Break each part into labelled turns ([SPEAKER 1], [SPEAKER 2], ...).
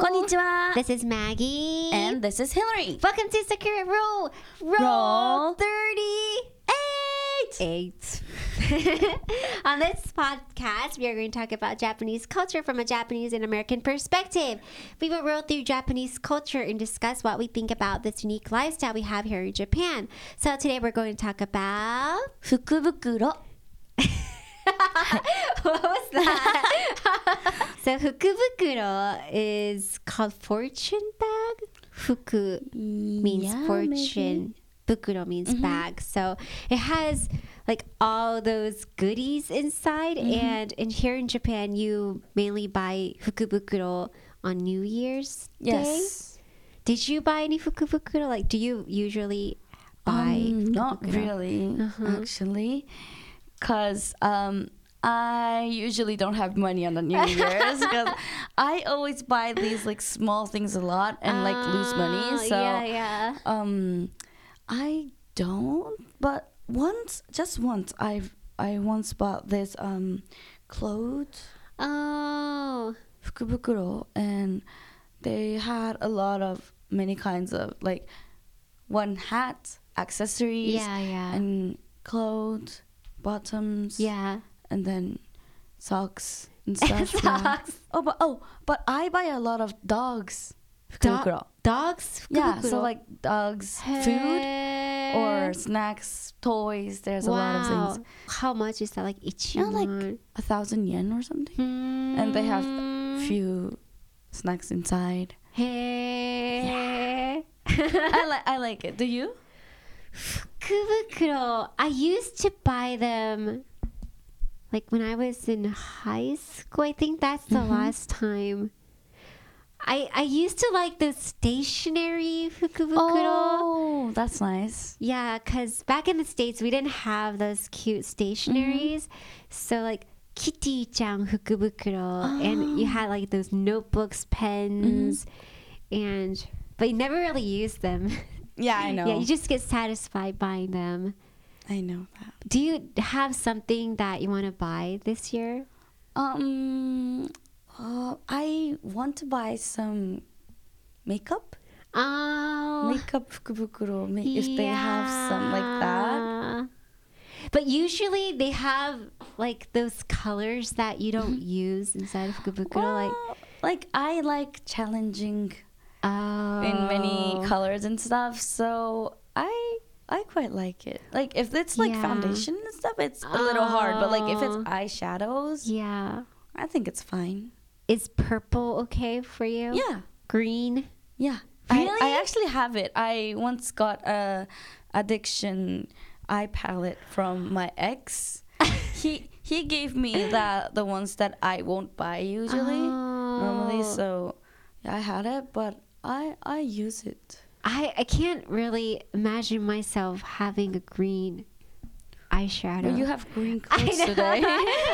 [SPEAKER 1] Konnichiwa.
[SPEAKER 2] This is Maggie.
[SPEAKER 1] and this is Hillary.
[SPEAKER 2] welcome to Sakura Roll. Roll,
[SPEAKER 1] Roll
[SPEAKER 2] 38. Eight. On this podcast, we are going to talk about Japanese culture from a Japanese and American perspective. We will roll through Japanese culture and discuss what we think about this unique lifestyle we have here in Japan. So today we're going to talk about.
[SPEAKER 1] Fukubukuro.
[SPEAKER 2] what was that? so fukubukuro is called fortune bag. Fuku means
[SPEAKER 1] Yeah,
[SPEAKER 2] fortune. Bukuro means bag. So it has like all those goodies inside. And in here in Japan, you mainly buy fukubukuro on New Year's Day.
[SPEAKER 1] Yes.
[SPEAKER 2] Did you buy any fukubukuro? Like, do you usually buy?
[SPEAKER 1] Um, not
[SPEAKER 2] fukubukuro?
[SPEAKER 1] really,
[SPEAKER 2] Uh-huh.
[SPEAKER 3] Mm, actually, because um, I usually don't have money on the New Year's because I always buy these like small things a lot and like lose
[SPEAKER 2] Ah,
[SPEAKER 3] money. So
[SPEAKER 2] yeah, yeah.
[SPEAKER 3] um, I don't. But once, just once, I I once bought this um clothes
[SPEAKER 2] Oh.
[SPEAKER 3] Fukubukuro, and they had a lot of many kinds of like one hat, accessories,
[SPEAKER 2] Yeah, yeah.
[SPEAKER 3] and clothes, bottoms,
[SPEAKER 2] Yeah.
[SPEAKER 3] and then socks and stuff. yeah.
[SPEAKER 2] Socks.
[SPEAKER 3] Oh, but oh, but I buy a lot of dogs.
[SPEAKER 2] Dog-
[SPEAKER 3] Fukubukuro.
[SPEAKER 2] dogs?
[SPEAKER 3] Yeah,
[SPEAKER 2] Fukubukuro.
[SPEAKER 3] so like dogs, food
[SPEAKER 2] Hey.
[SPEAKER 3] or snacks, toys. There's a lot
[SPEAKER 2] Wow.
[SPEAKER 3] of things.
[SPEAKER 2] How much is that? Like Hmm. each
[SPEAKER 3] Yeah, like a thousand yen or something, and they have
[SPEAKER 2] Mm.
[SPEAKER 3] few snacks inside.
[SPEAKER 2] Hey. Uh,
[SPEAKER 3] I like I like it. Do you?
[SPEAKER 2] Fukubukuro. I used to buy them like when I was in high school. I think that's the
[SPEAKER 3] Mm-hmm.
[SPEAKER 2] last time. I I used to like the stationary fukubukuro.
[SPEAKER 3] Oh, that's nice.
[SPEAKER 2] Yeah, because back in the States, we didn't have those cute stationaries.
[SPEAKER 3] Mm-hmm.
[SPEAKER 2] So, like, kitty chan fukubukuro. And
[SPEAKER 3] Oh.
[SPEAKER 2] you had, like, those notebooks, pens, and. But you never really used them.
[SPEAKER 3] Yeah, Mm-hmm. I know.
[SPEAKER 2] yeah, you just get satisfied buying them.
[SPEAKER 3] I know that.
[SPEAKER 2] Do you have something that you want to buy this year?
[SPEAKER 3] Um, uh, I want to buy some makeup,
[SPEAKER 2] Oh.
[SPEAKER 3] makeup fukubukuro, ma- if they have some like that.
[SPEAKER 2] Yeah. But usually they have like those colors that you don't
[SPEAKER 3] Mm-hmm.
[SPEAKER 2] use inside of Fukubukuro, like
[SPEAKER 3] Well, like I like challenging
[SPEAKER 2] oh,
[SPEAKER 3] in many colors and stuff, so I I quite like it. Like if it's like
[SPEAKER 2] Yeah.
[SPEAKER 3] foundation and stuff, it's a little hard. But like if it's
[SPEAKER 2] Oh.
[SPEAKER 3] eyeshadows,
[SPEAKER 2] Yeah,
[SPEAKER 3] I think it's fine.
[SPEAKER 2] is purple okay for you?
[SPEAKER 3] Yeah.
[SPEAKER 2] green.
[SPEAKER 3] Yeah. I-
[SPEAKER 2] Really?
[SPEAKER 3] I, actually have it. I once got a addiction eye palette from my ex. he he gave me the the ones that I won't buy usually normally.
[SPEAKER 2] Oh.
[SPEAKER 3] So yeah, I had it, but I I use it.
[SPEAKER 2] I I can't really imagine myself having a green eyeshadow.
[SPEAKER 3] But you have green
[SPEAKER 2] I
[SPEAKER 3] clothes
[SPEAKER 2] know.
[SPEAKER 3] today.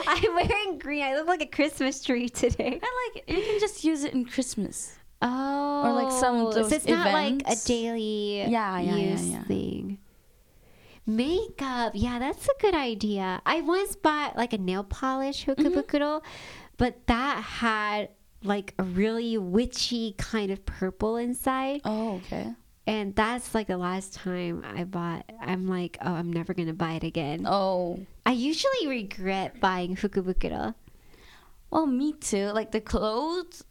[SPEAKER 2] I'm wearing green. I look like a Christmas tree today.
[SPEAKER 3] I like it. You can just use it in Christmas.
[SPEAKER 2] Oh,
[SPEAKER 3] like some of
[SPEAKER 2] so
[SPEAKER 3] those
[SPEAKER 2] it's not like a
[SPEAKER 3] events.
[SPEAKER 2] daily
[SPEAKER 3] Yeah, yeah, yeah,
[SPEAKER 2] use
[SPEAKER 3] yeah.
[SPEAKER 2] thing. Makeup, yeah, that's a good idea. I once bought like a nail polish
[SPEAKER 3] Mm-hmm.
[SPEAKER 2] hukubukuro, but that had like a really witchy kind of purple inside,
[SPEAKER 3] Oh, okay.
[SPEAKER 2] and that's like the last time I bought. I'm like, oh, I'm never gonna buy it again.
[SPEAKER 3] Oh.
[SPEAKER 2] I usually regret buying hukubukuro.
[SPEAKER 3] Well, me too. Like the clothes,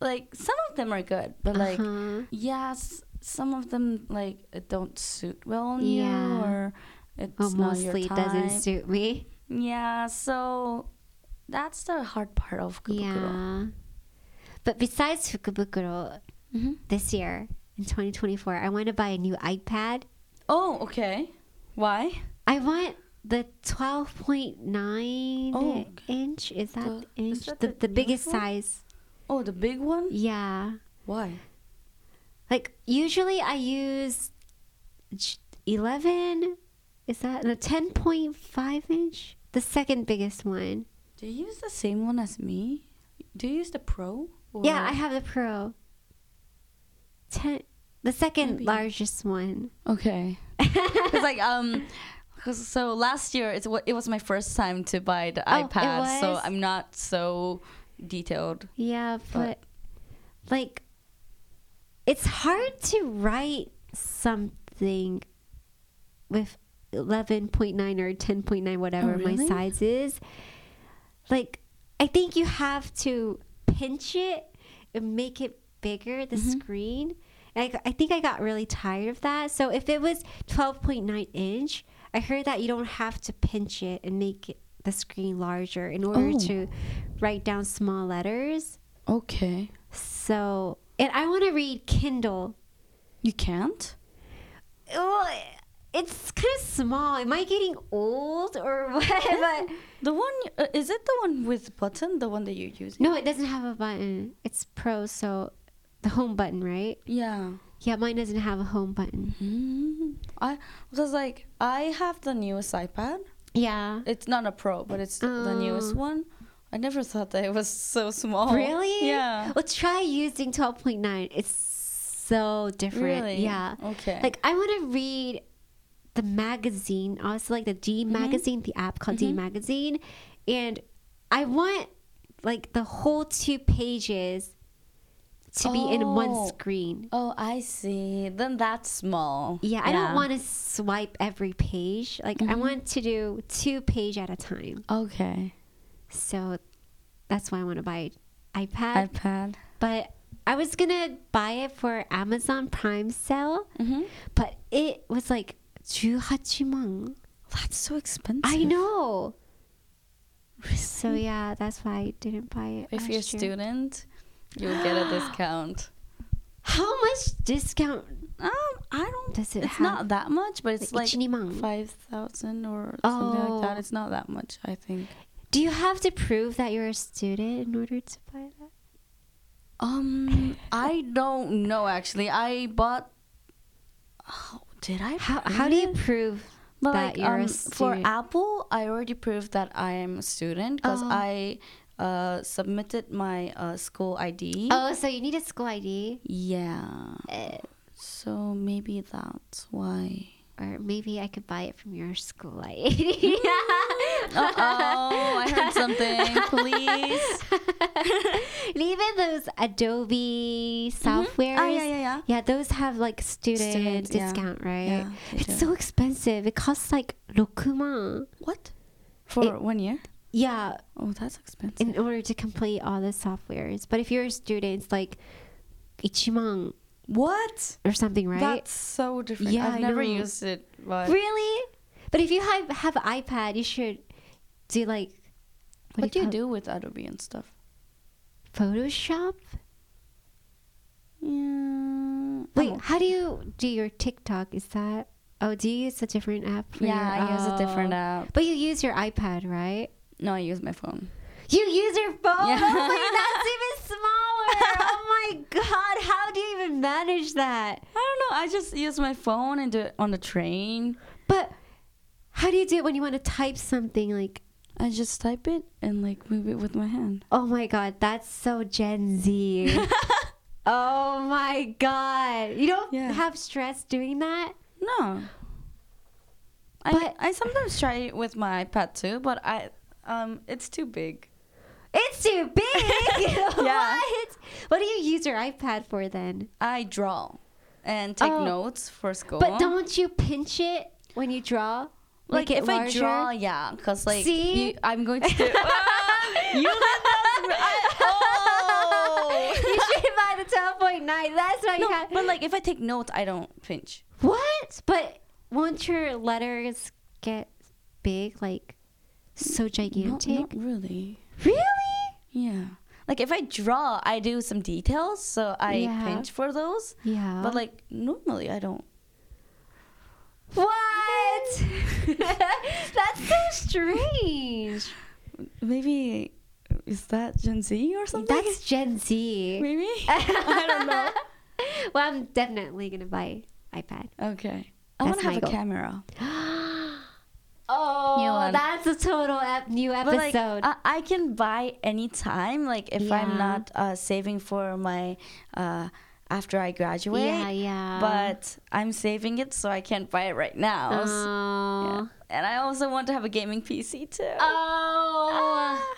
[SPEAKER 3] like some of them are good, but like
[SPEAKER 2] Uh-huh.
[SPEAKER 3] Yes, some of them like it don't suit well on you,
[SPEAKER 2] Yeah.
[SPEAKER 3] or it's
[SPEAKER 2] Oh,
[SPEAKER 3] not your
[SPEAKER 2] mostly it
[SPEAKER 3] type.
[SPEAKER 2] doesn't suit me.
[SPEAKER 3] Yeah, so that's the hard part of Kukuro.
[SPEAKER 2] Yeah. But besides Fukubukuro,
[SPEAKER 3] Mm-hmm.
[SPEAKER 2] this year in 2024, I want to buy a new iPad.
[SPEAKER 3] Oh, okay. Why?
[SPEAKER 2] I want the 12.9
[SPEAKER 3] Oh, okay.
[SPEAKER 2] inch. Is that
[SPEAKER 3] The-
[SPEAKER 2] the, inch?
[SPEAKER 3] is that
[SPEAKER 2] the,
[SPEAKER 3] the
[SPEAKER 2] the biggest
[SPEAKER 3] uniform?
[SPEAKER 2] size.
[SPEAKER 3] Oh, the big one.
[SPEAKER 2] Yeah.
[SPEAKER 3] Why?
[SPEAKER 2] Like usually I use j- 11. Is that the 10.5 inch? The second biggest one.
[SPEAKER 3] Do you use the same one as me? Do you use the Pro? Or...
[SPEAKER 2] Yeah, I have the Pro. 10 the second
[SPEAKER 3] Maybe.
[SPEAKER 2] largest one.
[SPEAKER 3] Okay. It's like um. 'cause- So last year it's what it was my first time to buy the
[SPEAKER 2] Oh, it
[SPEAKER 3] iPad, so
[SPEAKER 2] was?
[SPEAKER 3] I'm not so detailed.
[SPEAKER 2] Yeah, but
[SPEAKER 3] But-
[SPEAKER 2] like it's hard to write something with 11.9 or 10.9 whatever my
[SPEAKER 3] really?
[SPEAKER 2] size is like i think you have to pinch it and make it bigger the screen and I, g- I think i got really tired of that so if it was 12.9 inch i heard that you don't have to pinch it and make it, the screen larger in order
[SPEAKER 3] Oh.
[SPEAKER 2] to write down small letters
[SPEAKER 3] Okay.
[SPEAKER 2] so, and I want to read Kindle.
[SPEAKER 3] You can't?
[SPEAKER 2] Oh, it's kind of small. Am I getting old or what? but
[SPEAKER 3] The one, uh, is it the one with button? The one that you're using?
[SPEAKER 2] no, it doesn't have a button. It's Pro, so the home button, right?
[SPEAKER 3] Yeah.
[SPEAKER 2] Yeah, mine doesn't have a home button.
[SPEAKER 3] Mm. I because like I have the newest iPad.
[SPEAKER 2] Yeah.
[SPEAKER 3] It's not a Pro, but it's the newest
[SPEAKER 2] Oh.
[SPEAKER 3] one. I never thought that it was so small.
[SPEAKER 2] Really?
[SPEAKER 3] Oh, Yeah.
[SPEAKER 2] Well, try using 12.9. It's so different.
[SPEAKER 3] Really?
[SPEAKER 2] Yeah.
[SPEAKER 3] Okay.
[SPEAKER 2] Like, I want to read the magazine, also like the D
[SPEAKER 3] Mm-hmm.
[SPEAKER 2] magazine, the app called D magazine. And I want like the whole two pages to be in one
[SPEAKER 3] Oh.
[SPEAKER 2] screen.
[SPEAKER 3] oh, I see. Then that's small.
[SPEAKER 2] Yeah, I don't want to swipe every page. Like,
[SPEAKER 3] Mm-hmm.
[SPEAKER 2] I want to do two page at a time.
[SPEAKER 3] Okay.
[SPEAKER 2] So that's why I want to buy iPad.
[SPEAKER 3] iPad.
[SPEAKER 2] but I was gonna buy it for Amazon Prime sale,
[SPEAKER 3] Mm-hmm.
[SPEAKER 2] but it was like 18만.
[SPEAKER 3] That's so expensive.
[SPEAKER 2] I know. So yeah, that's why I didn't buy it. last
[SPEAKER 3] If you're a
[SPEAKER 2] year.
[SPEAKER 3] student, you'll get a discount.
[SPEAKER 2] how much discount?
[SPEAKER 3] Um, I don't.
[SPEAKER 2] Does it
[SPEAKER 3] it's not
[SPEAKER 2] have-
[SPEAKER 3] that much, but it's like,
[SPEAKER 2] Like, Ichiniman?
[SPEAKER 3] five thousand or something like that.
[SPEAKER 2] Oh.
[SPEAKER 3] It's not that much, I think.
[SPEAKER 2] Do you have to prove that you're a student in order to buy that?
[SPEAKER 3] Um, I don't know actually. I bought. Oh, did I?
[SPEAKER 2] How
[SPEAKER 3] prove
[SPEAKER 2] how do you
[SPEAKER 3] it?
[SPEAKER 2] prove
[SPEAKER 3] But
[SPEAKER 2] that
[SPEAKER 3] like,
[SPEAKER 2] you're
[SPEAKER 3] um,
[SPEAKER 2] a
[SPEAKER 3] for
[SPEAKER 2] student?
[SPEAKER 3] Apple, I already proved that I am a student because
[SPEAKER 2] Oh.
[SPEAKER 3] I uh, submitted my uh, school ID.
[SPEAKER 2] oh, so you need a school ID,
[SPEAKER 3] Yeah.
[SPEAKER 2] Uh,
[SPEAKER 3] So maybe that's why.
[SPEAKER 2] or maybe I could buy it from your school ID.
[SPEAKER 3] Uh oh, Mm. I heard something. Please.
[SPEAKER 2] and even those Adobe softwares.
[SPEAKER 3] Ah, yeah, yeah, yeah.
[SPEAKER 2] those have like student,
[SPEAKER 3] Student, yeah.
[SPEAKER 2] discount, right?
[SPEAKER 3] Yeah, they
[SPEAKER 2] it's
[SPEAKER 3] do.
[SPEAKER 2] so expensive. It costs like 6만.
[SPEAKER 3] What? For
[SPEAKER 2] It-
[SPEAKER 3] one year?
[SPEAKER 2] Yeah,
[SPEAKER 3] Oh, that's expensive.
[SPEAKER 2] in order to complete all the softwares. But if you're a student, it's like 1만
[SPEAKER 3] what?
[SPEAKER 2] or something, right?
[SPEAKER 3] That's so different.
[SPEAKER 2] Yeah, I
[SPEAKER 3] I've never
[SPEAKER 2] know.
[SPEAKER 3] used it, but
[SPEAKER 2] really? But if you have have iPad, you should do like
[SPEAKER 3] what, do you
[SPEAKER 2] call it?
[SPEAKER 3] do with Adobe and stuff?
[SPEAKER 2] Photoshop?
[SPEAKER 3] Yeah.
[SPEAKER 2] Wait, how do you do your TikTok? Is that Oh, do you use a different app? for
[SPEAKER 3] yeah,
[SPEAKER 2] your-
[SPEAKER 3] I use a different
[SPEAKER 2] Oh.
[SPEAKER 3] app.
[SPEAKER 2] But you use your iPad, right?
[SPEAKER 3] No, I use my phone.
[SPEAKER 2] You use your phone.
[SPEAKER 3] Yeah.
[SPEAKER 2] Oh my, that's even smaller. oh my god, how do you even manage that?
[SPEAKER 3] I don't know. I just use my phone and do it on the train.
[SPEAKER 2] But how do you do it when you want to type something? Like,
[SPEAKER 3] I just type it and like move it with my hand.
[SPEAKER 2] oh my god, that's so Gen Z. oh my god, you don't
[SPEAKER 3] Yeah.
[SPEAKER 2] have stress doing that.
[SPEAKER 3] No. I
[SPEAKER 2] But-
[SPEAKER 3] I sometimes try it with my iPad too, but I um it's too big.
[SPEAKER 2] It's too big.
[SPEAKER 3] Yeah.
[SPEAKER 2] What? What do you use your iPad for then?
[SPEAKER 3] I draw and take
[SPEAKER 2] Oh.
[SPEAKER 3] notes for school.
[SPEAKER 2] But don't you pinch it when you draw?
[SPEAKER 3] like
[SPEAKER 2] Make it
[SPEAKER 3] if
[SPEAKER 2] larger?
[SPEAKER 3] I draw, yeah, because like
[SPEAKER 2] See?
[SPEAKER 3] you, I'm going to do. Ah, you let that. I- oh.
[SPEAKER 2] you should buy the twelve point nine. That's why
[SPEAKER 3] No,
[SPEAKER 2] you have.
[SPEAKER 3] but like if I take notes, I don't pinch.
[SPEAKER 2] what? But won't your letters get big, like so
[SPEAKER 3] Not,
[SPEAKER 2] gigantic?
[SPEAKER 3] not really.
[SPEAKER 2] Really?
[SPEAKER 3] Yeah. Like if I draw, I do some details, so I
[SPEAKER 2] Yeah.
[SPEAKER 3] pinch for those.
[SPEAKER 2] Yeah.
[SPEAKER 3] But like normally, I don't.
[SPEAKER 2] what? That's so strange.
[SPEAKER 3] Maybe is that Gen Z or something?
[SPEAKER 2] That's Gen Z.
[SPEAKER 3] maybe. I don't know.
[SPEAKER 2] Well, I'm definitely gonna buy iPad.
[SPEAKER 3] Okay. I
[SPEAKER 2] That's
[SPEAKER 3] want to have
[SPEAKER 2] my
[SPEAKER 3] a
[SPEAKER 2] goal.
[SPEAKER 3] camera. New
[SPEAKER 2] Oh,
[SPEAKER 3] one.
[SPEAKER 2] that's a total ep- new
[SPEAKER 3] But
[SPEAKER 2] episode.
[SPEAKER 3] like, I, I can buy anytime. Like, if
[SPEAKER 2] Yeah.
[SPEAKER 3] I'm not uh, saving for my uh, after I graduate,
[SPEAKER 2] yeah, yeah.
[SPEAKER 3] but I'm saving it so I can't buy it right now. S- yeah.
[SPEAKER 2] Oh.
[SPEAKER 3] Oh, And I also want to have a gaming PC too.
[SPEAKER 2] Oh.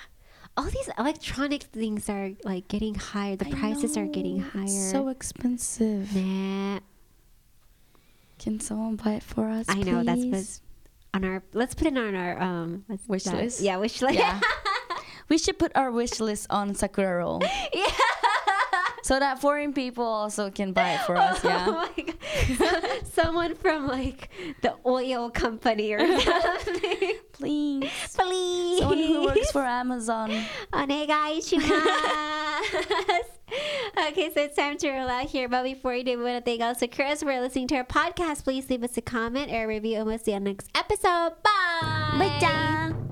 [SPEAKER 2] all these electronic things are like getting higher. The
[SPEAKER 3] I
[SPEAKER 2] prices are getting
[SPEAKER 3] know,
[SPEAKER 2] higher.
[SPEAKER 3] it's so expensive.
[SPEAKER 2] nah.
[SPEAKER 3] Can someone buy it for us?
[SPEAKER 2] I know, that's
[SPEAKER 3] please?
[SPEAKER 2] On our let's put it on our um what's
[SPEAKER 3] Wish
[SPEAKER 2] that?
[SPEAKER 3] list?
[SPEAKER 2] Yeah, wish list.
[SPEAKER 3] Yeah. we should put our wish list on Sakura Roll. yeah. So that foreign people also can buy it for us. Yeah.
[SPEAKER 2] Oh my God. Someone from like the oil company or something.
[SPEAKER 3] Please.
[SPEAKER 2] Please.
[SPEAKER 3] Someone who works for Amazon.
[SPEAKER 2] Onegai shimasu. okay, so it's time to roll out here. But before you do, we want to thank also Chris for listening to our podcast. Please leave us a comment or a review, and we'll see you on next episode. Bye.
[SPEAKER 1] 짱